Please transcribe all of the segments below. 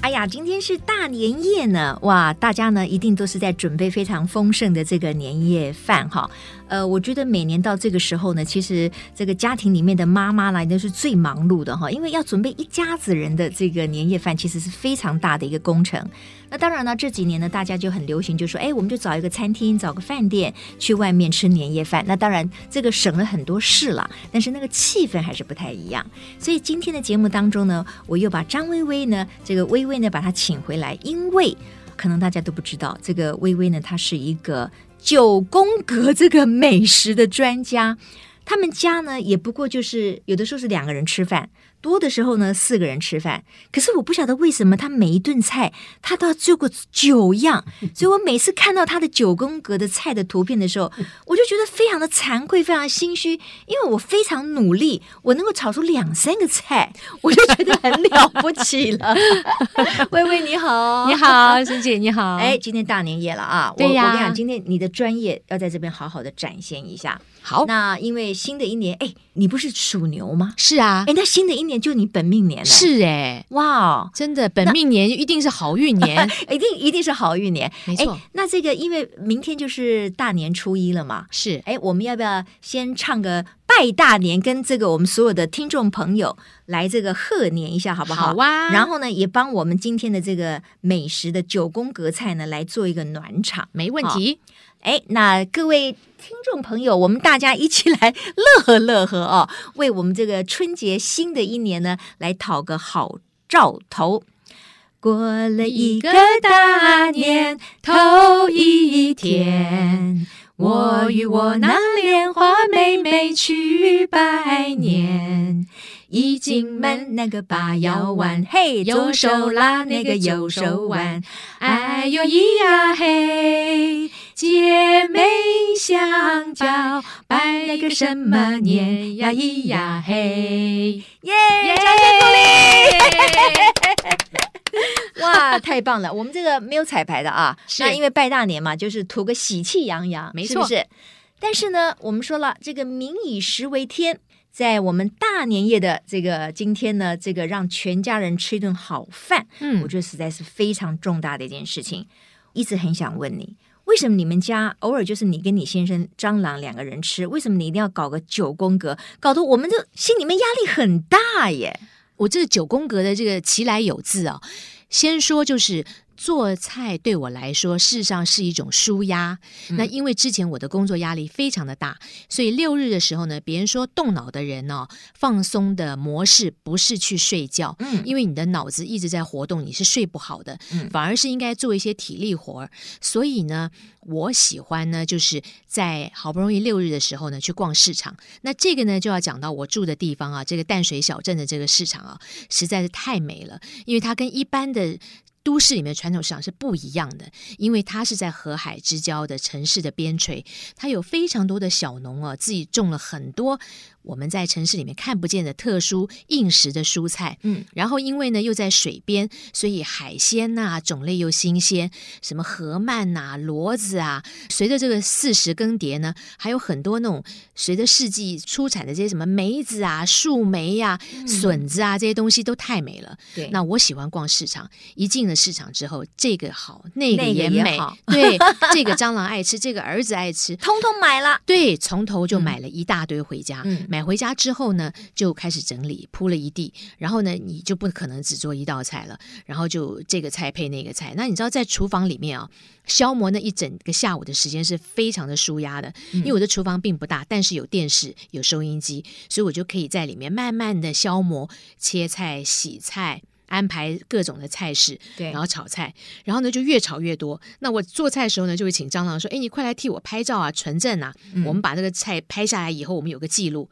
哎呀，今天是大年夜呢，哇，大家呢一定都是在准备非常丰盛的这个年夜饭哈。呃，我觉得每年到这个时候呢，其实这个家庭里面的妈妈来呢是最忙碌的哈，因为要准备一家子人的这个年夜饭，其实是非常大的一个工程。那当然呢，这几年呢，大家就很流行，就说，哎，我们就找一个餐厅，找个饭店，去外面吃年夜饭。那当然，这个省了很多事啦，但是那个气氛还是不太一样。所以今天的节目当中呢，我又把张薇薇呢，这个薇薇呢，把她请回来，因为可能大家都不知道，这个薇薇呢，她是一个九宫格这个美食的专家。他们家呢，也不过就是有的时候是两个人吃饭，多的时候呢四个人吃饭。可是我不晓得为什么他每一顿菜他都要做过九样，所以我每次看到他的九宫格的菜的图片的时候，我就觉得非常的惭愧，非常心虚，因为我非常努力，我能够炒出两三个菜，我就觉得很了不起了。微微你好， 你好，沈姐你好，哎，，今天大年夜了啊！啊对呀我我跟你讲，今天你的专业要在这边好好的展现一下。好，那因为新的一年，哎，你不是属牛吗？是啊，哎，那新的一年就你本命年了，是哎、哇哦，真的，本命年一定是好运 年，一定一定是好运年。没错哎，那这个因为明天就是大年初一了嘛，是哎，我们要不要先唱个拜大年，跟这个我们所有的听众朋友来这个贺年一下，好不好？好啊然后呢，也帮我们今天的这个美食的九宫格菜呢来做一个暖场。没问题。哎，那各位听众朋友，我们大家一起来乐呵乐呵哦， 为我们这个春节新的一年呢，来讨个好兆头。过了一个大年头一天，我与我那莲花妹妹去拜年。一进门那个把腰弯，嘿，左手拉那个右手腕，哎呦咿呀嘿，姐妹相交，拜那个什么年呀咿呀嘿，耶！掌声鼓励！ 哇，太棒了！我们这个没有彩排的啊，是那因为拜大年嘛，就是图个喜气洋洋，没是不错是？但是呢，我们说了，这个民以食为天。在我们大年夜的这个今天呢，这个让全家人吃一顿好饭，我 嗯，觉得实在是非常重大的一件事情。一直很想问你，为什么你们家偶尔就是你跟你先生蟑螂两个人吃，为什么你一定要搞个九宫格，搞得我们这心里面压力很大耶？我这个九宫格的这个其来有自啊、先说就是。做菜对我来说，事实上是一种舒压。嗯那因为之前我的工作压力非常的大，所以六日的时候呢，别人说动脑的人哦，放松的模式不是去睡觉，嗯因为你的脑子一直在活动，你是睡不好的，嗯反而是应该做一些体力活儿。所以呢，我喜欢呢，就是在好不容易六日的时候呢，去逛市场。那这个呢，就要讲到我住的地方啊，这个淡水小镇的这个市场啊，实在是太美了，因为它跟一般的。都市里面传统市场是不一样的，因为它是在河海之交的城市的边陲，它有非常多的小农啊，自己种了很多我们在城市里面看不见的特殊应时的蔬菜。嗯，然后因为呢又在水边，所以海鲜呐、种类又新鲜，什么河鳗呐、骡子啊，随着这个四时更迭呢，还有很多那种随着四季出产的这些什么梅子啊、树莓呀、笋子啊这些东西都太美了。对，那我喜欢逛市场，一进了市场之后，这个好，那个那个也也美，好 对，这个蟑螂爱吃，这个儿子爱吃，通通买了。对，从头就买了一大堆回家。嗯买回家之后呢，就开始整理，铺了一地。然后呢，你就不可能只做一道菜了，然后就这个菜配那个菜。那你知道，在厨房里面啊，消磨那一整个下午的时间是非常的舒压的。因为我的厨房并不大，但是有电视、有收音机，所以我就可以在里面慢慢的消磨，切菜、洗菜。安排各种的菜式，对然后炒菜，然后呢就越炒越多。那我做菜的时候呢，就会请蟑螂说：“哎，你快来替我拍照啊，存证啊，嗯我们把这个菜拍下来以后，我们有个记录。”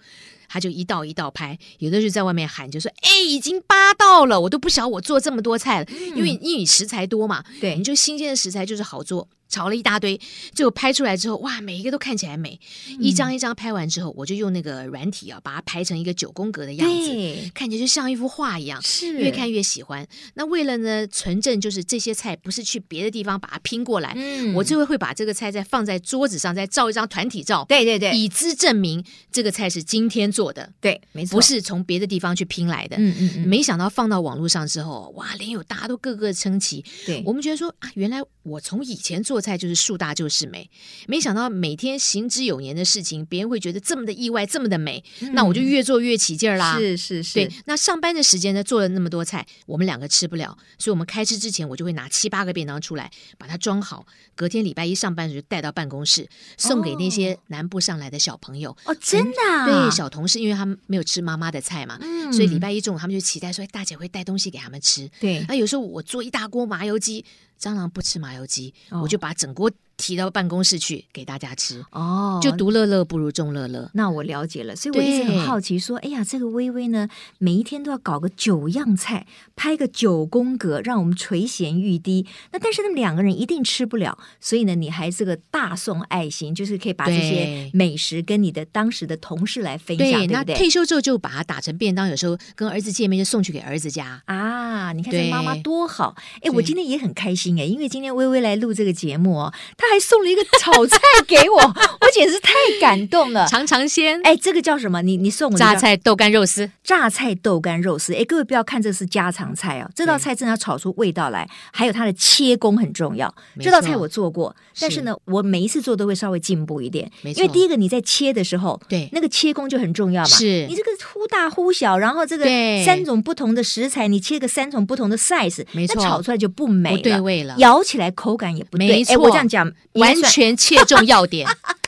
他就一道一道拍，有的是在外面喊，就说：“哎，已经八道嗯了，我都不晓得我做这么多菜了，因为因为你食材多嘛，对你就新鲜的食材就是好做。炒了一大堆，结果拍出来之后，哇，每一个都看起来美。嗯一张一张拍完之后，我就用那个软体啊，把它排成一个九宫格的样子，对，看起来就像一幅画一样。是越看越喜欢。那为了呢纯正，就是这些菜不是去别的地方把它拼过来，嗯我就会会把这个菜再放在桌子上，再照一张团体照，对对对以资证明这个菜是今天做的，对，没错，不，是从别的地方去拼来的。嗯嗯嗯，没想到放到网络上之后，哇，连友大家都个个称奇。对，我们觉得说啊，原来我从以前做菜就是树大就是美，没想到每天行之有年的事情，别人会觉得这么的意外，这么的美，那我就越做越起劲儿啦。嗯是是是，对，那上班的时间呢，做了那么多菜，我们两个吃不了，所以我们开吃之前，我就会拿七八个便当出来，把它装好，隔天礼拜一上班的时候就带到办公室，送给那些南部上来的小朋友。哦，真的、哦啊嗯对，小同事，因为他们没有吃妈妈的菜嘛，嗯所以礼拜一中午他们就期待说，哎大姐会带东西给他们吃。对那有时候我做一大锅麻油鸡，蟑螂不吃麻油鸡，哦我就把整锅提到办公室去给大家吃，哦，就独乐乐不如众乐乐。那我了解了，所以我一直很对好奇，说，哎呀，这个微微呢，每一天都要搞个九样菜，拍个九宫格，让我们垂涎欲滴。那但是他们两个人一定吃不了，所以呢，你还这个大送爱心，就是可以把这些对美食跟你的当时的同事来分享，对对，那不对？退休之后就把它打成便当，有时候跟儿子见面就送去给儿子家。啊，你看对这妈妈多好！哎，对我今天也很开心哎，因为今天微微来录这个节目哦，她还送了一个炒 菜给我，我简直太感动了。尝尝鲜，哎，这个叫什么？你你送我的榨叫菜豆干肉丝，榨菜豆干肉丝。哎，各位不要看这是家常菜哦，这道对菜真的要炒出味道来，还有它的切工很重要。没这道错菜我做过，但是是呢，我每一次做都会稍微进步一点，没因为错第一个你在切的时候，对那个切工就很重要嘛。是你这个忽大忽小，然后这个对三种不同的食材，你切个三种不同的 size，没错那炒出来就不美不了，对味了，咬起来口感也不对。没哎，我错这样讲也完算全切中要 点，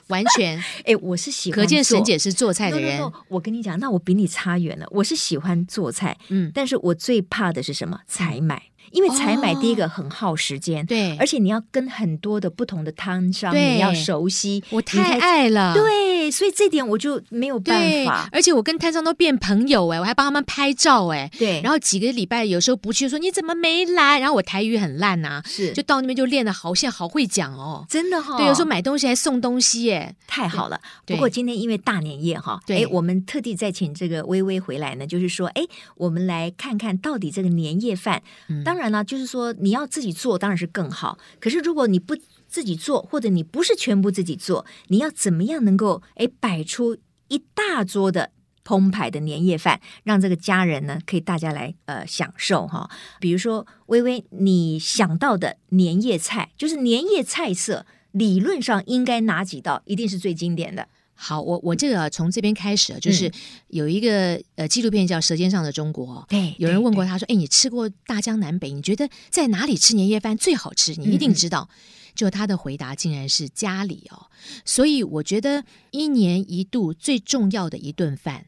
完全。哎，我是喜欢可见沈做姐是做菜 No, 的 no, 人 no，我跟你讲，那我比你差远了。我是喜欢做菜，嗯但是我最怕的是什么？采买，因为采买哦第一个很耗时间，对而且你要跟很多的不同的摊商，对你要熟悉，我你才太爱了，对，所以这点我就没有办对，法。而且我跟摊商都变朋友哎、我还帮他们拍照哎、对，然后后几个礼拜有时候不去，说你怎么没来？然后我台语很烂呐、是就到那边就练的好，现在好会讲哦。真的哈、对，有时候买东西还送东西耶、太好了。对不过今天因为大年夜哈，对哎，我们特地再请这个微微回来呢，就是说，哎，我们来看看到底这个年夜饭。嗯当然啦，就是说你要自己做当然是更好，可是如果你不自己做，或者你不是全部自己做，你要怎么样能够哎摆出一大桌的？澎湃的年夜饭，让这个家人呢可以大家来呃享受哈、比如说，微微，你想到的年夜菜，就是年夜菜色，理论上应该哪几道一定是最经典的？好，我我这个从这边开始啊，嗯就是有一个、呃纪录片叫《舌尖上的中国》哦，对有人问过他说：“哎，你吃过大江南北？你觉得在哪里吃年夜饭最好吃？你一嗯定知道。就他的回答竟然是家里哦，所以我觉得一年一度最重要的一顿饭，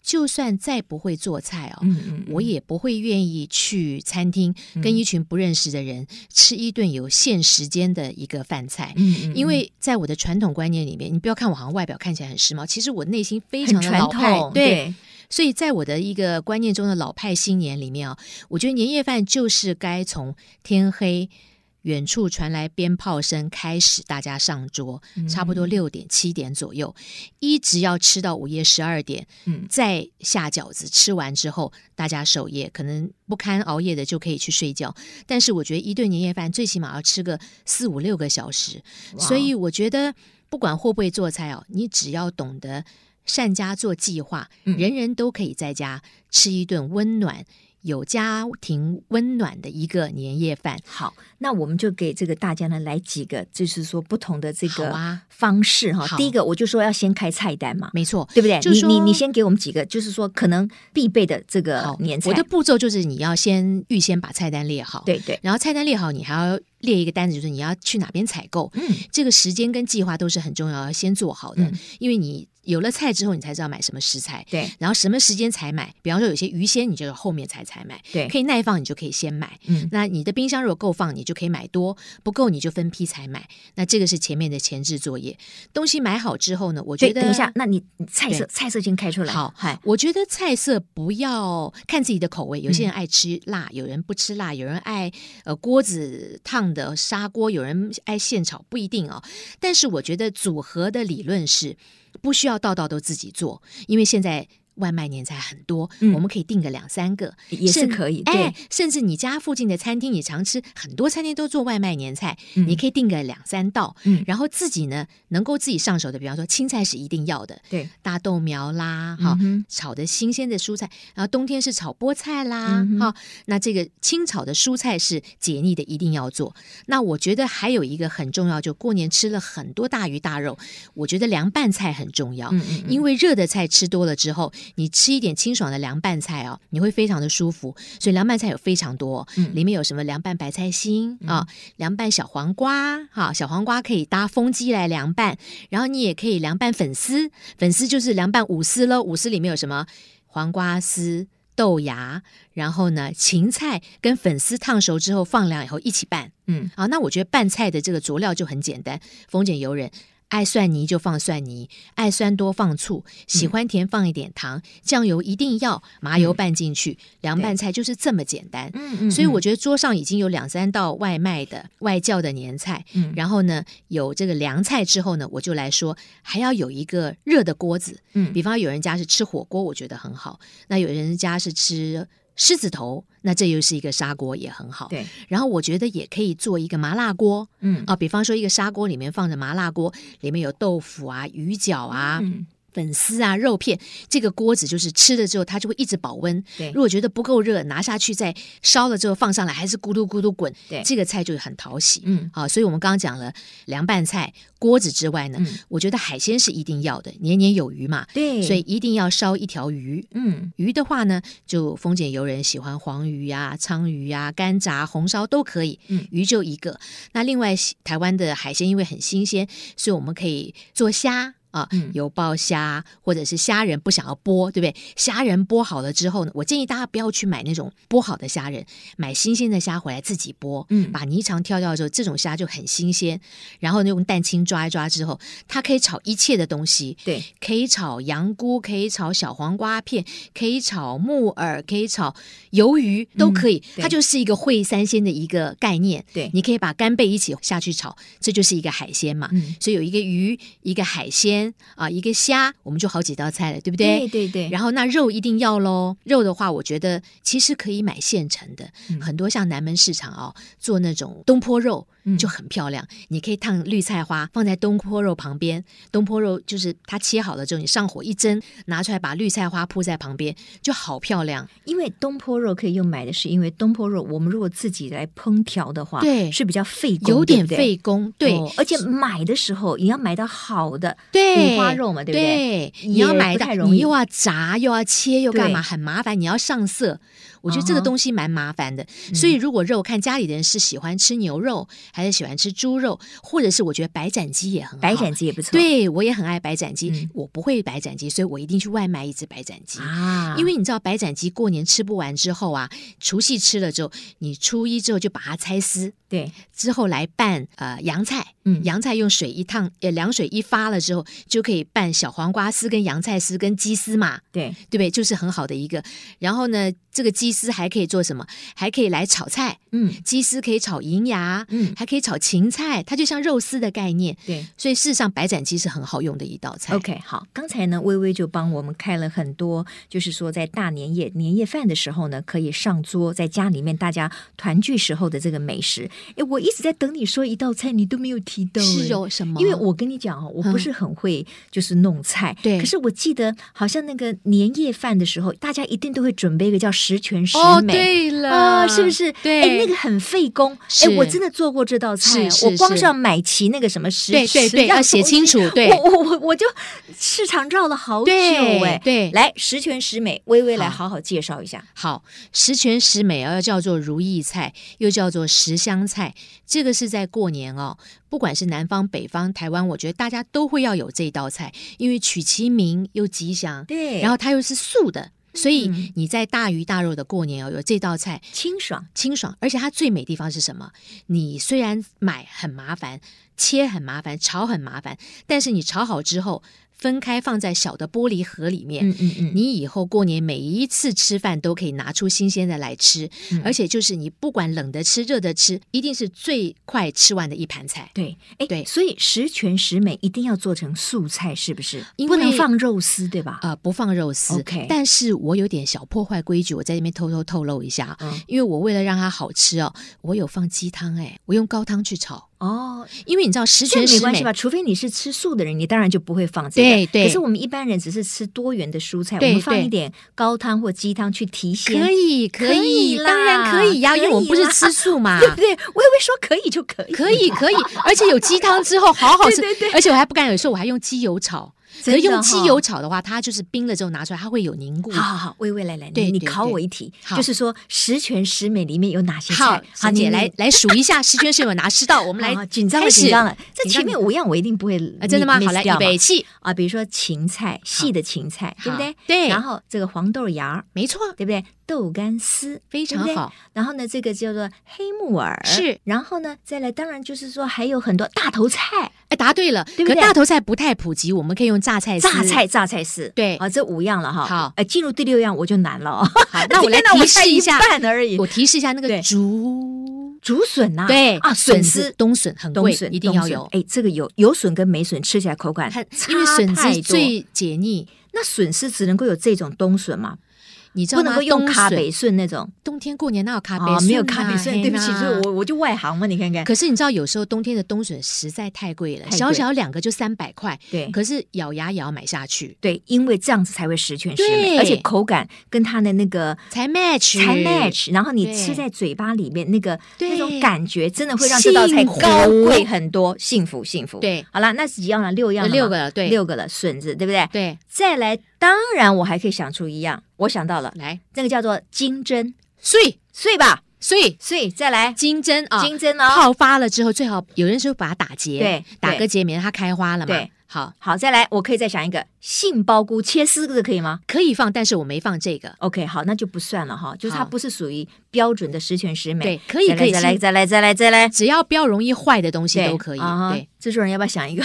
就算再不会做菜哦，嗯嗯，我也不会愿意去餐厅跟一群不认识的人吃一顿有限时间的一个饭菜。嗯嗯因为在我的传统观念里面，你不要看我好像外表看起来很时髦，其实我内心非很常的传老派。统，对，所以在我的一个观念中的老派新年里面啊，我觉得年夜饭就是该从天黑。远处传来鞭炮声，开始大家上桌，差不多嗯六点七点左右，一直要吃到午夜十二点，嗯再下饺子。吃完之后，大家守夜，可能不堪熬夜的就可以去睡觉。但是我觉得一顿年夜饭最起码要吃个四五六个小时，哇哦所以我觉得，不管会不会做菜哦，你只要懂得善加做计划，嗯人人都可以在家吃一顿温暖、有家庭温暖的一个年夜饭。好，那我们就给这个大家呢来几个，就是说不同的这好个啊，方式哈、好第一个，我就说要先开菜单嘛，没错。对不对？就你说你你先给我们几个，就是说可能必备的这个好，呃年菜，嗯我的步骤就是你要先预先把菜单列好，，对对，然后菜单列好，你还要列一个单子，就是你要去哪边采购，嗯，这个时间跟计划都是很重要，要先做好的，嗯因为你有了菜之后，你才知道买什么食材。对然后什么时间才买？比方说有些鱼鲜，你就是后面才才买，对可，以耐放你就可以先买。嗯那你的冰箱如果够放，你就可以买多；不够，你就分批采买。那这个是前面的前置作业。东西买好之后呢，我觉对，得等一下，，那你你菜色对菜色先开出来，好嗨，我觉得菜色不嗯要看自己的口味，有些人爱吃辣，有人不吃辣，有人爱呃锅子烫样的砂锅，有人爱现炒，不一定哦。但是我觉得组合的理论是不需要道道都自己做，因为现在。外卖年菜很多，嗯我们可以订个两三个，也是甚可以哎，甚至你家附近的餐厅，你常吃，很多餐厅都做外卖年菜，嗯你可以订个两三道，嗯然后自己呢能够自己上手的，比方说青菜是一定要的，对，大豆苗啦，哈、嗯哼炒的新鲜的蔬菜，然后冬天是炒菠菜啦嗯，哼哈、那这个清炒的蔬菜是解腻的，一定要做。那我觉得还有一个很重要，就过年吃了很多大鱼大肉，我觉得凉拌菜很重要。嗯嗯嗯，因为热的菜吃多了之后，你吃一点清爽的凉拌菜哦，你会非常的舒服。所以凉拌菜有非常多，哦嗯里面有什么凉拌白菜心啊、凉拌小黄瓜哈、小黄瓜可以搭风鸡来凉拌，然后你也可以凉拌粉丝，粉丝就是凉拌五丝喽，五丝里面有什么黄瓜丝。豆芽，然后呢，芹菜跟粉丝烫熟之后放凉以后一起拌，嗯啊，那我觉得拌菜的这个佐料就很简单，丰俭由人。爱蒜泥就放蒜泥，爱酸多放醋，喜欢甜放一点糖，酱油一定要，麻油拌进去，凉拌菜就是这么简单。嗯嗯，所以嗯我觉得桌上已经有两三道外卖的外教的年菜，嗯然后呢有这个凉菜之后呢，我就来说还要有一个热的锅子，嗯比方有人家是吃火锅，我觉得很好；那有人家是吃狮子头，那这又是一个砂锅也很好。对，然后我觉得也可以做一个麻辣锅嗯啊，比方说一个砂锅里面放着麻辣锅，里面有豆腐啊、鱼饺啊、嗯粉丝啊、肉片，这个锅子就是吃了之后它就会一直保温。对如果觉得不够热，拿下去再烧了之后放上来，还是咕噜咕噜滚，对这个菜就很讨喜。嗯啊，所以我们刚刚讲了凉拌菜、锅子之外呢，嗯我觉得海鲜是一定要的，年年有余嘛，对，所以一定要烧一条鱼，嗯鱼的话呢，就丰俭由人，喜欢黄鱼啊、鲳鱼啊、干炸、红烧都可以。嗯鱼就一个。那另外，西台湾的海鲜因为很新鲜，所以我们可以做虾。啊嗯，油爆虾或者是虾仁不想要剥，对不对？虾仁剥好了之后呢，我建议大家不要去买那种剥好的虾仁，买新鲜的虾回来自己剥，嗯把泥肠挑掉之后，这种虾就很新鲜。然后呢用蛋清抓一抓之后，它可以炒一切的东西，对，可以炒羊菇，可以炒小黄瓜片，可以炒木耳，可以炒鱿鱼，都可以。嗯对它就是一个烩三鲜的一个概念。对你可以把干贝一起下去炒，这就是一个海鲜嘛。嗯所以有一个鱼，一个海鲜啊、一个虾，我们就好几道菜了，对不对对对，然后那肉一定要喽，肉的话，我觉得其实可以买现成的，嗯很多像南门市场哦，做那种东坡肉嗯就很漂亮。你可以烫绿菜花，放在东坡肉旁边，东坡肉就是它切好了之后，你上火一蒸，拿出来把绿菜花铺在旁边，就好漂亮。因为东坡肉可以用买的是，因为东坡肉我们如果自己来烹调的话，对是比较费工，有点对不对费工，对哦而且买的时候也要买到好的对五花肉嘛，对不对？对？也你要买不太到，容易你又要炸，又要切，又干嘛，对很麻烦。你要上色，我觉得这啊个哈嗯东西蛮麻烦的。所以如果肉，看家里的人是喜欢吃牛肉，还是喜欢吃猪肉，或者是我觉得白斩鸡也很好。白斩鸡也不错，对我也很爱白斩鸡，嗯我不会白斩鸡，所以我一定去外卖一只白斩鸡。啊，因为你知道白斩鸡过年吃不完之后啊，除夕吃了之后，你初一之后就把它拆丝，对，之后来拌呃洋菜，嗯洋菜用水一烫，呃凉水一发了之后，就可以拌小黄瓜丝、跟洋菜丝、跟鸡丝嘛，对，对不对？就是很好的一个。然后呢，这个鸡丝还可以做什么？还可以来炒菜，嗯鸡丝可以炒银芽，嗯，还可以炒芹菜，它就像肉丝的概念。对。所以事实上，白斩鸡是很好用的一道菜。 OK，好，刚才呢，微微就帮我们开了很多，就是说在大年夜年夜饭的时候呢，可以上桌，在家里面大家团聚时候的这个美食。诶，我一直在等你说一道菜，你都没有提到、哎是哦诶有什么？因为我跟你讲哦，我嗯不是很会就是弄菜，对可是我记得好像那个年夜饭的时候，大家一定都会准备一个叫十全十哦，美。对了，啊、是不是？对，哎，那个很费工。是哎，我真的做过这道菜、啊，是是我光是是要买齐那个什么十对对十对，样要写东清西楚，对我我我我就市场绕了好久对哎、对来十全十美，微微来好好好介绍一下。好，十全十美啊，要叫做如意菜，又叫做十香菜，这个是在过年哦，不管是南方、北方、台湾，我觉得大家都会要有这道菜，因为取其名又吉祥，对，然后它又是素的，所以嗯你在大鱼大肉的过年哦，有这道菜清爽，清爽，而且它最美地方是什么？你虽然买很麻烦，切很麻烦，炒很麻烦，但是你炒好之后。分开放在小的玻璃盒里面。嗯嗯嗯，你以后过年每一次吃饭都可以拿出新鲜的来吃，嗯而且就是你不管冷的吃、热的吃，一定是最快吃完的一盘菜。对，哎，对所以十全十美一定要做成素菜，是不是？因不能为放肉丝，对吧？呃，不放肉丝 OK 但是我有点小破坏规矩，我在这边偷偷透露一下，嗯因为我为了让它好吃哦，我有放鸡汤，哎，我用高汤去炒，哦，因为你知道呃十这全没十关系美吧？，除非你是吃素的人，你当然就不会放这个。对对可是我们一般人只是吃多元的蔬菜，我对们放对一点高汤或鸡汤去提鲜可，以可以以，当然可以呀、啦因为我们不是可以啦吃素 嘛对。不对？我以为说可以就可以，可以可以，而且有鸡汤之后好好吃，对对对而且我还不敢有时候我还用鸡油炒，可真是的用哈鸡油。炒的话，它就是冰了之后拿出来，它会有凝固。好好好，微微来来，你对对你考对我一题，好就是说十全十美里面有哪些好菜？，好，你姐你来来数一下十全十美有哪十道，我们好来好哦紧张了，开始紧张了。这紧张前面五样我一定不会啊，真的吗？ miss 好，来，掉预嘛备起，啊，比如说芹菜，细的芹菜，对不对哎好？对然后这个黄豆芽儿，没错，对不对？豆干丝非常。对不对好。然后呢，这个叫做黑木耳，是。然后呢，再来，当然就是说还有很多大头菜、哎，答对了，对不对可大头菜不太普及，我们可以用榨菜丝。榨，菜、榨菜丝，对啊，这五样了哈。好呃，进入第六样我就难了哦。好， 那我来天哪提才示一下，半而已我。提示一下那对个竹，竹笋呐，对啊，笋子丝。冬笋很冬贵笋，一定要冬笋有。哎，这个有有笋跟没笋，吃起来口感它差因为笋太子多最解腻，那笋丝只能够有这种冬笋嘛，你知不道能吗？够用冬卡笋北笋那种冬天过年哪有咖啡、啊，没有卡北笋，对不起，所所以以我我就外行嘛，你看看，可是你知道，有时候冬天的冬笋实在太贵了，太贵嗯小小两个就三百块，对可是咬牙也要买下去，对，因为这样子才会十全十美，对而且口感跟它的那个才 match，才 match，然后你对吃在嘴巴里面那个对那种感觉，真的会让这道菜幸福高贵很多，幸福幸福。对，好啦，那几样了，六样了嘛，六个了对六个了，笋子对不对？对，再来，当然我还可以想出一样，我想到了，来，那个叫做金针所以碎吧，所以碎，再来金针啊，金针哦，泡发了之后，最好有人说把它打结，对打对个结，免得它开花了嘛。对，好，好，再来，我可以再想一个杏鲍菇切丝的，可以吗可以放，但是我没放这个。 ？OK，好，那就不算了哈，就是它好不是属于标准的十全十美。对，，可以可以再来，是再来，再来，再来，再来，只要不要容易坏的东西对都可以。啊哈对，制作人要不要想一个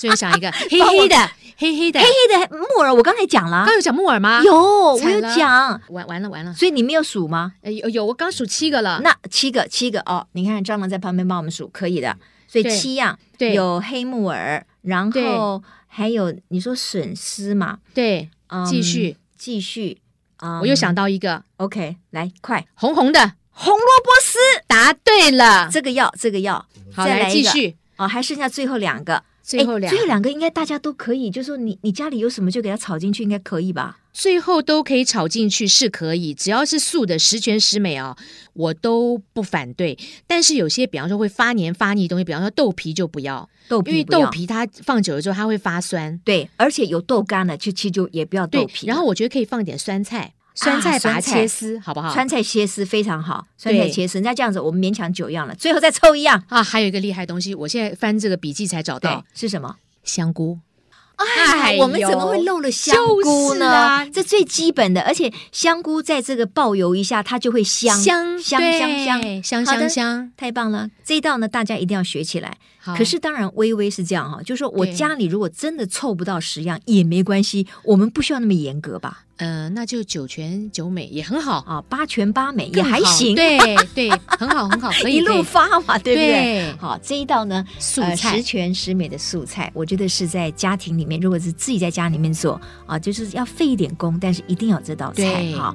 就想一个黑 黑的，黑黑的。啊黑的木耳？我刚才讲了刚，有讲木耳吗？有，我惨有了讲，完完了完了，所以你没有数吗？呃有有，我刚数七个了。那七个，七个哦，你看蟑螂在旁边帮我们数，可以的，所以对七样，对有黑木耳，然对后还有你说笋丝嘛，对，嗯继续，继续，啊，我又想到一个 OK，来快，红红的，红萝卜丝。答对了。这个要，这个要，好，再来来一继个续，哦，还剩下最后两个，哎最后两诶最后两个应该大家都可以，就说你你家里有什么就给它炒进去，应该可以吧？最后都可以炒进去是可以，只要是素的十全十美啊、我都不反对。但是有些，比方说会发黏发腻的东西，比方说豆皮就不要，豆因为皮不豆要皮它放久了之后它会发酸。对，而且有豆干了，就其实就也不要豆对皮，，啊然后我觉得可以放点酸菜，酸菜把它酸菜切丝，好不好？酸菜切丝非常好，酸菜对切丝，那这样子我们勉强九样了，最后再凑一 样，啊，还有一个厉害东西，我现在翻这个笔记才找对到，是什么？香菇。哎，哎我们怎么呦会漏了香菇就是呢？啊这最基本的，而且香菇在这个爆油一下，它就会香香香香对香，香好的香香。太棒了！这一道呢，大家一定要学起来。好可是当然，微微是这样哈，就是说我啊对家里如果真的凑不到十样也没关系，我们不需要那么严格吧？呃，那就九全九美也很好，啊，八全八美也更还好行，对对，很好很好，可以 一可路以发嘛，对不对？对好，这一道呢，素呃菜十全十美的素菜，我觉得是在家庭里面，如果是自己在家里面做啊，就是要费一点工，但是一定要有这道菜对哈。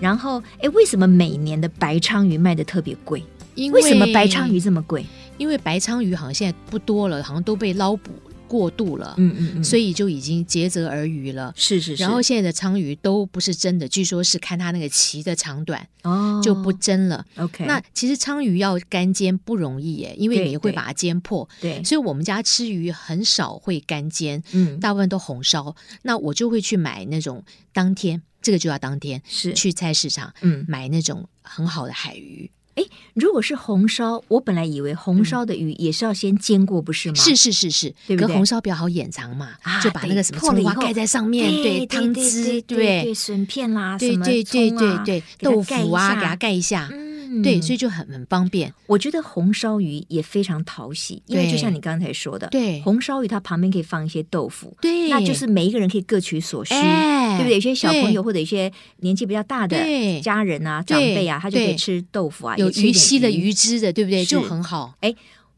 然后，哎，为什么每年的白鲳鱼卖的特别贵？因为什么白鲳鱼？这么贵？因为白鲳鱼好像现在不多了，好像都被捞捕过度了，嗯嗯嗯，所以以就已经竭泽而渔了。是是是，然后现在的鲳鱼都不是真的，据说是看它那个鳍的长短哦就不真了。 OK，那其实鲳鱼要干煎不容易耶，因为对你会对把它煎破，对，所以我们家吃鱼很少会干煎，嗯，大部分都红烧。那我就会去买那种当天，这个就要当天是去菜市场嗯，买那种很好的海鱼。如果是红烧，我本来以为红烧的鱼也是要先煎过，不是吗？嗯是是是是，嗯对不可对红烧比较好掩藏嘛，啊就把那对个什么破了葱以花后盖在上面，面对汤对汁，对对对，笋片啦，对什么对对葱啊对给对，它豆盖一腐啊，下给它盖一下，嗯，嗯对，所以就很很方便。我觉得红烧鱼也非常讨喜，因为对就像你刚才说的，对红烧鱼它旁边可以放一些豆腐，对，那就是每一个人可以各取所需。哎，对不对？有些小朋友对或者一些年纪比较大的对家人啊、对长辈啊，他就可以对吃豆腐啊，有也吃一鱼点稀的鱼鱼汁的，对不对？就是很好。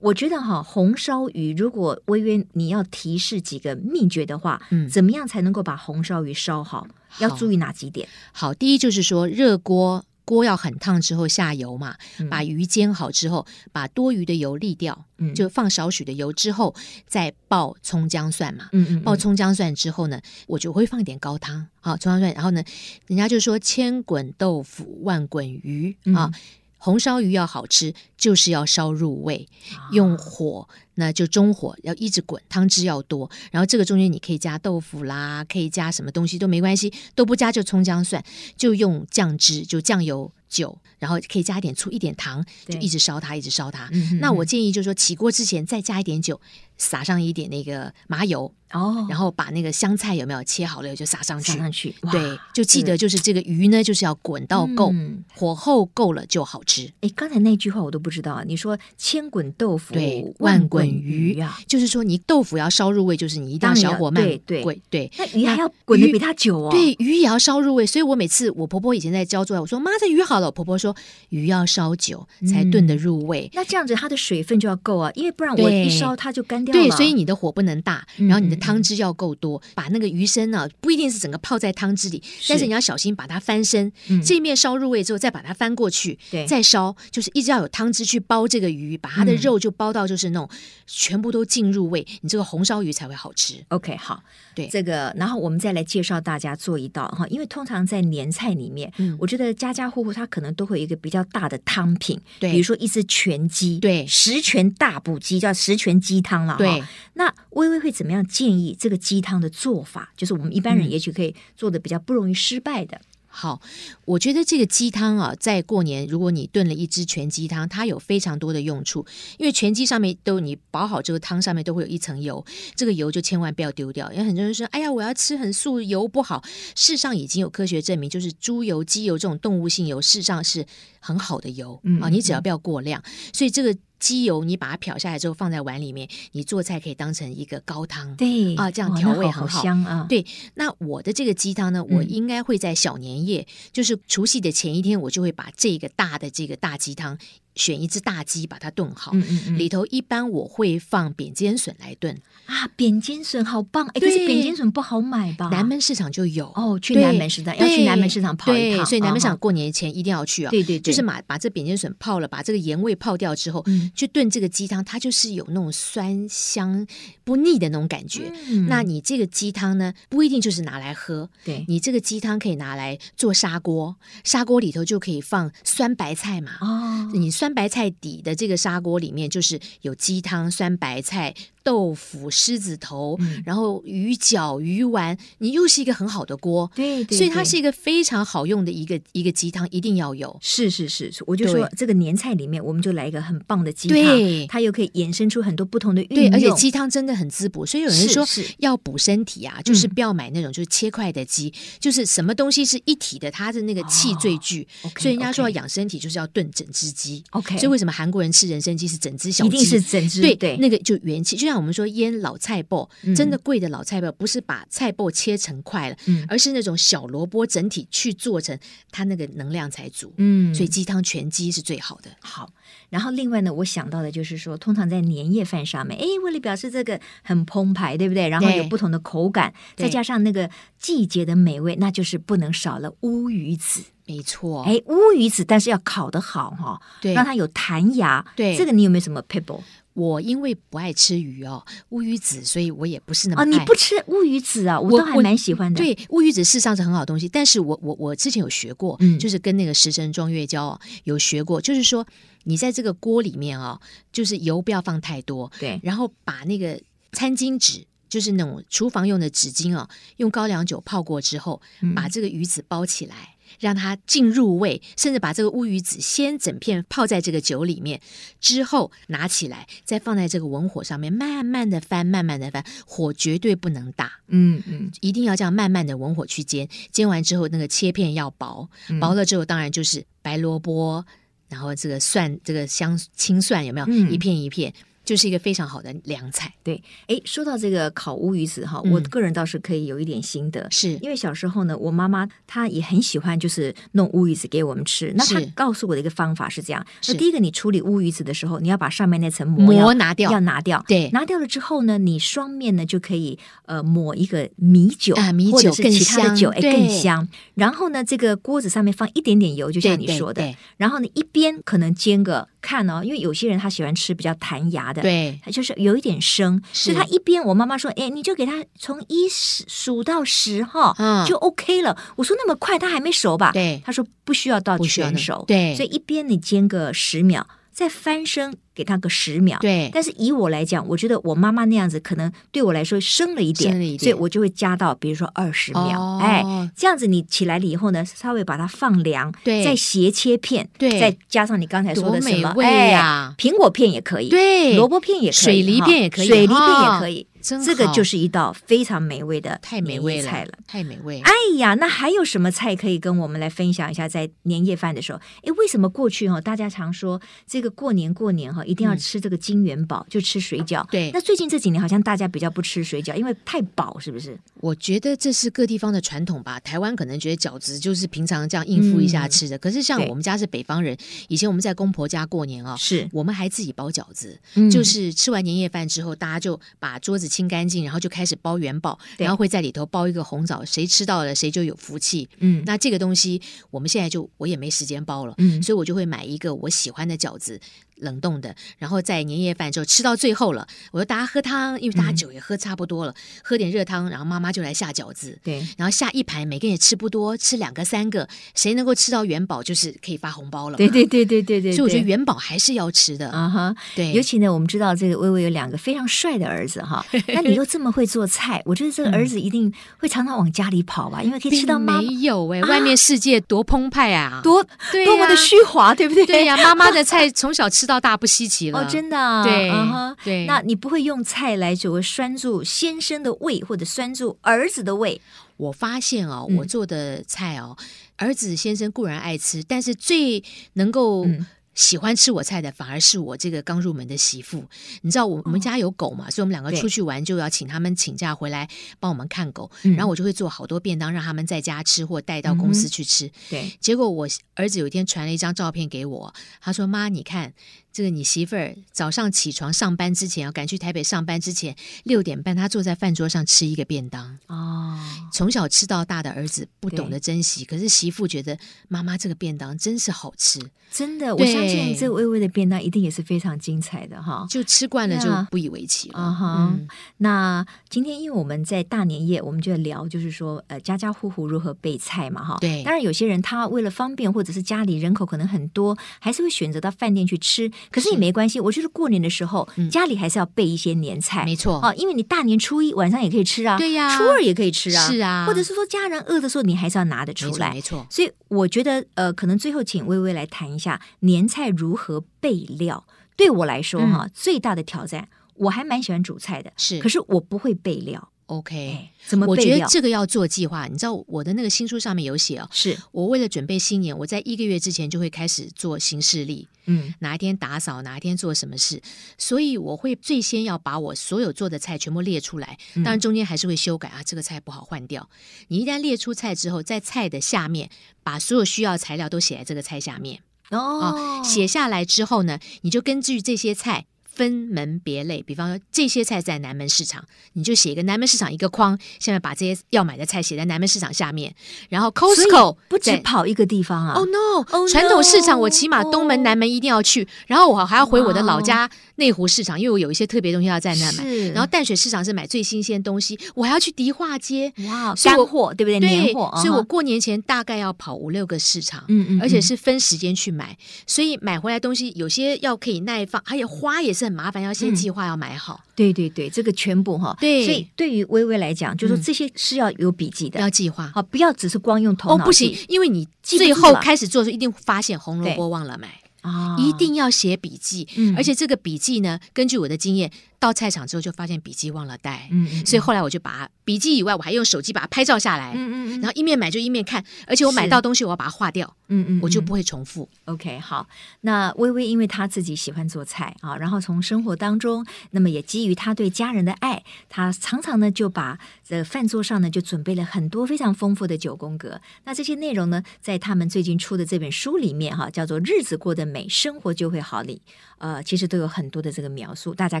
我觉得哈，红烧鱼如果微微你要提示几个秘诀的话，嗯怎么样才能够把红烧鱼烧好？要好注意哪几点？好，第一就是说热锅。锅要很烫之后下油嘛，嗯把鱼煎好之后，把多余的油沥掉，嗯就放少许的油之后，再爆葱姜蒜嘛。嗯嗯爆哦葱姜蒜之后呢，我就会放一点高汤啊，葱姜蒜。然后呢，人家就说千滚豆腐万滚鱼嗯啊，红烧鱼要好吃，就是要烧入味，啊用火那就中火要一直滚，汤汁要多。然后这个中间你可以加豆腐啦，可以加什么东西都没关系，都不加就葱姜蒜，就用酱汁，就酱油。酒，然后可以加一点醋，一点糖，对就一直烧它，一直烧它。嗯哼那我建议就是说，起锅之前再加一点酒，撒上一点那个麻油，哦，然后把那个香菜有没有切好了就撒上去撒。上去，哇对，就记这得个就是这个鱼呢，就是要滚到够，嗯火候够了就好吃。哎，刚才那句话我都不知道啊，你说千滚豆腐，对，万万滚滚鱼鱼啊，就是说你豆腐要烧入味，就是你一定当要然小要火慢对对滚，对那鱼还那要滚的鱼比它久哦。对，鱼也要烧入味。所以我每次我婆婆以前在教做，我说妈，这鱼好了，我婆婆说鱼要烧久才嗯炖得入味。那这样子它的水分就要够啊，因为不然我一对烧它就干掉了。对，所以你的火不能大，嗯然后你的嗯汤汁要够多，把那个鱼身呢、不一定是整个泡在汤汁里，但是是你要小心把它翻身，嗯这面烧入味之后再把它翻过去，对再烧，就是一直要有汤汁去包这个鱼，把它的嗯肉就包到就是那种、全部都进入味，你这个红烧鱼才会好吃。 OK，好，对这个，然后我们再来介绍大家做一道哈，因为通常在年菜里面，嗯我觉得家家户户它可能都会有一个比较大的汤品，对比如说一只全鸡，对十全大补鸡叫十全鸡汤了哈。对，那微微会怎么样建议这个鸡汤的做法？就是我们一般人嗯也许可以做的比较不容易失败的，好，我觉得这个鸡汤啊，在过年如果你炖了一只全鸡汤，它有非常多的用处，因为全鸡上面都你煲好这个汤上面都会有一层油，这个油就千万不要丢掉，因为很多人说，哎呀，我要吃很素油不好，事实上已经有科学证明，就是猪油、鸡油这种动物性油，事实上是很好的油嗯啊，你只要不要过量，所以这个鸡油你把它漂下来之后放在碗里面，你做菜可以当成一个高汤。对啊这样哇哦那调味好很好香啊。对那我的这个鸡汤呢，我嗯应该会在小年夜，就是除夕的前一天，我就会把这个大的这个大鸡汤，选一只大鸡把它炖好。嗯嗯嗯，里头一般我会放扁尖笋来炖，啊，扁尖笋好棒！哎，可是对扁尖笋不好买吧？南门市场就有。啊哦，去对南门市场要去对南门市场跑一对趟，所以南门市啊场过年前一定要去啊。对对对，就是把把这扁尖笋泡了，把这个盐味泡掉之后，嗯去炖这个鸡汤，它就是有那种酸香不腻的那种感觉。嗯那你这个鸡汤呢，不一定就是拿来喝，对你这个鸡汤可以拿来做砂锅，砂锅里头就可以放酸白菜嘛。哦，你酸白菜底的这个砂锅里面，就是有鸡汤、酸白菜、豆腐、狮子头，嗯然后鱼饺、鱼丸，你又是一个很好的锅，对对，所以它对是一个非常好用的一个一个鸡汤，一定要有。是是是，我就说对这个年菜里面，我们就来一个很棒的鸡对汤，它又可以衍生出很多不同的运对，用，而且鸡汤真的很滋补，所以有人是说是要补身体啊，就是嗯不要买那种就是切块的鸡，就是什么东西是一体的，它的那个气最聚，哦 OK，所以人家说要 OK 养身体就是要炖整只鸡。 OK，所以为什么韩国人吃人参鸡是整只小一鸡？定是整只对对那个就元气，就像我们说腌老菜脯，嗯真的贵的老菜脯不是把菜脯切成块了，嗯而是那种小萝卜整体去做成，它那个能量才足。嗯所以鸡汤全鸡是最好的。好，然后另外呢，我想到的就是说，通常在年夜饭上面，哎，为了表示这个很澎湃，对不对？然后有对不同的口感，对再加上那个季节的美味，那就是不能少了乌鱼子。没错，哎，乌鱼子，但是要烤得好哈、对让它有弹牙。对哦这个你有没有什么 pebble 我因为不爱吃鱼哦，乌鱼子，所以我也不是那么啊？爱。你不吃乌鱼子啊？我我倒还我蛮喜欢的。对乌鱼子事实上是很好的东西，但是我我我之前有学过，嗯就是跟那个食神庄月娇哦有学过，就是说你在这个锅里面哦，就是油不要放太多，对，然后把那个餐巾纸。就是那种厨房用的纸巾哦，用高粱酒泡过之后，嗯把这个鱼子包起来，让它进入味，甚至把这个乌鱼子先整片泡在这个酒里面，之后拿起来，再放在这个文火上面，慢慢的翻，慢慢的翻，火绝对不能大。嗯嗯，一定要这样慢慢的文火嗯去煎，煎完之后那个切片要薄，薄了之后当然就是白萝卜、然后这个蒜，这个香青蒜有没有、嗯一片一片，就是一个非常好的凉菜。对，哎，说到这个烤乌鱼子哈，嗯我个人倒是可以有一点心得，是因为小时候呢，我妈妈她也很喜欢就是弄乌鱼子给我们吃。那她是告诉我的一个方法是这样：是那第一个，你处理乌鱼子的时候，你要把上面那层膜要膜拿掉，要拿掉。对拿掉了之后呢，你双面呢就可以呃抹一个米酒啊米或者酒是更其他的香酒，哎对更香。然后呢，这个锅子上面放一点点油，就对像你说的。对然后呢，一边可能煎个看哦，因为有些人他喜欢吃比较弹牙的，对，对它就是有一点生，所以是它一边我妈妈说，哎，你就给它从一数数到十哈，嗯就 OK 了。我说那么快，它还没熟吧？对她说不需要到不需要那全么熟，对所以一边你煎个十秒，再翻身给它个十秒，对但是以我来讲，我觉得我妈妈那样子可能对我来说生了一点，生了一点所以我就会加到比如说二十秒，哦哎，这样子你起来了以后呢，稍微把它放凉，对再斜切片，对再加上你刚才说的多什美么，味哎呀苹果片也可以，对萝卜片也可以，水梨哈片也可以水梨片哈也可以，真这个好就是一道非常美味的太美味年夜了，菜了。太美味。哎呀，那还有什么菜可以跟我们来分享一下？在年夜饭的时候，哎，为什么过去哈、大家常说这个过年过年哈、一定要嗯吃这个金元宝，就吃水饺。哦对那最近这几年好像大家比较不吃水饺，因为太饱，是不是？我觉得这是各地方的传统吧。台湾可能觉得饺子就是平常这样应付一下嗯吃的，可是像对我们家是北方人，以前我们在公婆家过年哦，是，我们还自己包饺子，嗯就是吃完年夜饭之后，大家就把桌子清干净，然后就开始包元宝，对然后会在里头包一个红枣，谁吃到了谁就有福气。嗯那这个东西我们现在就我也没时间包了，嗯所以我就会买一个我喜欢的饺子，冷冻的，然后在年夜饭之后吃到最后了，我说大家喝汤，因为大家嗯酒也喝差不多了，喝点热汤，然后妈妈就来下饺子。对，然后下一盘，每个人也吃不多，吃两个三个，谁能够吃到元宝，就是可以发红包了嘛。对对对对对对，所以我觉得对元宝还是要吃的。啊哈。对，尤其呢，我们知道这个微微有两个非常帅的儿子 哈，那你又这么会做菜，我觉得这个儿子一定会常常往家里跑吧，因为可以吃到并妈妈啊没有哎、外面世界多澎湃啊！多、对多么的呀虚华，对不对？对呀、妈妈的菜从小吃到大不稀奇 了。哦，真的、啊，对嗯哼对那你不会用菜来所谓拴住先生的胃，或者拴住儿子的胃？我发现哦，嗯我做的菜哦，儿子先生固然爱吃，但是最能够嗯喜欢吃我菜的，反而是我这个刚入门的媳妇。你知道我我们家有狗嘛，所以我们两个哦对出去玩就要请他们请假回来帮我们看狗，嗯然后我就会做好多便当让他们在家吃或带到公嗯司哼去吃。对，结果我儿子有一天传了一张照片给我，他说：“妈，你看这个你媳妇儿早上起床上班之前，要赶去台北上班之前，六点半她坐在饭桌上吃一个便当。哦，从小吃到大的儿子不懂对得珍惜，可是媳妇觉得妈妈这个便当真是好吃，真的，我对相信这微微的便当一定也是非常精彩的哈。就吃惯了就呀不以为奇了。啊哈嗯那今天因为我们在大年夜，我们就聊就是说，呃，家家户户如何备菜嘛，哈。对当然，有些人他为了方便，或者是家里人口可能很多，还是会选择到饭店去吃。可是也是嗯没关系，我觉得过年的时候，家里还是要备一些年菜。没错，哦，因为你大年初一晚上也可以吃啊，对呀初二也可以吃啊，是啊或者是说家人饿的时候，你还是要拿得没出错，来没。错。所以我觉得，呃，可能最后请微微来谈一下年菜如何备料。对我来说，哈、最大的挑战，我还蛮喜欢煮菜的，嗯是可是我不会备料， OK，哎，怎么我备觉得料？这个要做计划。你知道我的那个新书上面有写哦，是，我为了准备新年，我在一个月之前就会开始做行事历，嗯，哪一天打扫，哪一天做什么事，所以我会最先要把我所有做的菜全部列出来，嗯当然中间还是会修改啊，这个菜不好换掉。你一旦列出菜之后，在菜的下面把所有需要的材料都写在这个菜下面哦，啊，写下来之后呢，你就根据这些菜。分门别类，比方说这些菜在南门市场，你就写一个南门市场一个框，下面把这些要买的菜写在南门市场下面，然后所以 Costco 不止在跑一个地方啊， Oh no！、 Oh 传统市场我起码 no 东门、南门一定要去，然后我还要回我的老家内湖市场，因为我有一些特别东西要在那买。是，然后淡水市哦场是买最新鲜东西，我还要去迪化街，哇，所以干我货对不对？对，年货，所以我啊哈过年前大概要跑五六个市场。嗯嗯，而且嗯是分时间去买，所以买回来东西有些要可以耐放，还有花也是很麻烦，要先嗯计划要买好，对对对，这个全部哈，对所以对于微微来讲，就是说嗯这些是要有笔记的，要计划。好，不要只是光用头哦，脑记、不行，因为你记不最住后了开始做的时候，一定发现红萝对卜忘了买。啊一定要写笔记，嗯而且这个笔记呢，根据我的经验，到菜场之后就发现笔记忘了带，嗯嗯所以后来我就把笔记以外，我还用手机把它拍照下来，嗯嗯然后一面买就一面看，而且我买是到东西我要把它划掉，嗯嗯，我就不会。会重复。 OK，好。那微微因为她自己喜欢做菜啊，然后从生活当中，那么也基于她对家人的爱，她常常呢就把这饭桌上呢就准备了很多非常丰富的九宫格。那这些内容呢，在他们最近出的这本书里面哈、叫做《日子过得美，生活就会好》里，呃，其实都有很多的这个描述，大家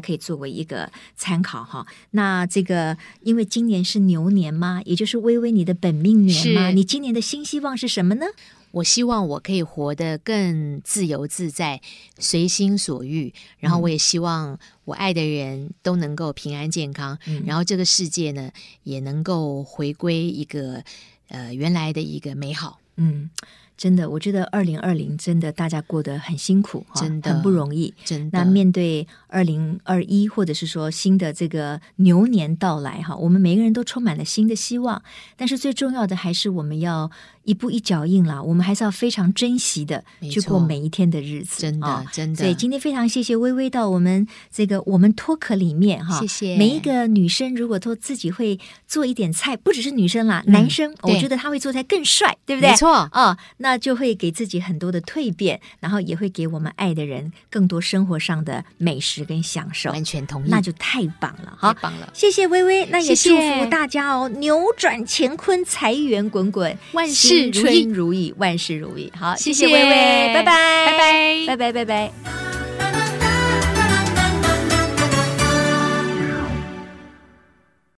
可以作为一个参考哈。那这个因为今年是牛年嘛，也就是微微你的本命年嘛，是你今年的新希望是什么呢？我希望我可以活得更自由自在，随心所欲。嗯然后我也希望我爱的人都能够平安健康，嗯然后这个世界呢也能够回归一个呃原来的一个美好。嗯，真的，我觉得二零二零真的大家过得很辛苦哈，真的很不容易。真的，那面对二零二一，或者是说新的这个牛年到来哈，我们每个人都充满了新的希望。但是最重要的还是我们要一步一脚印啦，我们还是要非常珍惜的没去错过每一天的日子。真的、啊真的，所以今天非常谢谢微微到我们这个我们脱壳里面哈，谢谢啊每一个女生如果都自己会做一点菜，不只是女生啦，嗯男生我对觉得他会做菜更帅，对不对？没错，哦，那就会给自己很多的蜕变，然后也会给我们爱的人更多生活上的美食跟享受，完全同意，那就太棒了哈太！棒了，谢谢微微，那也谢谢祝福大家哦，扭转乾坤，财源滚滚，万事如新意春如意，万事如意。好，谢谢谢微微，拜拜，拜拜拜拜，拜拜。 「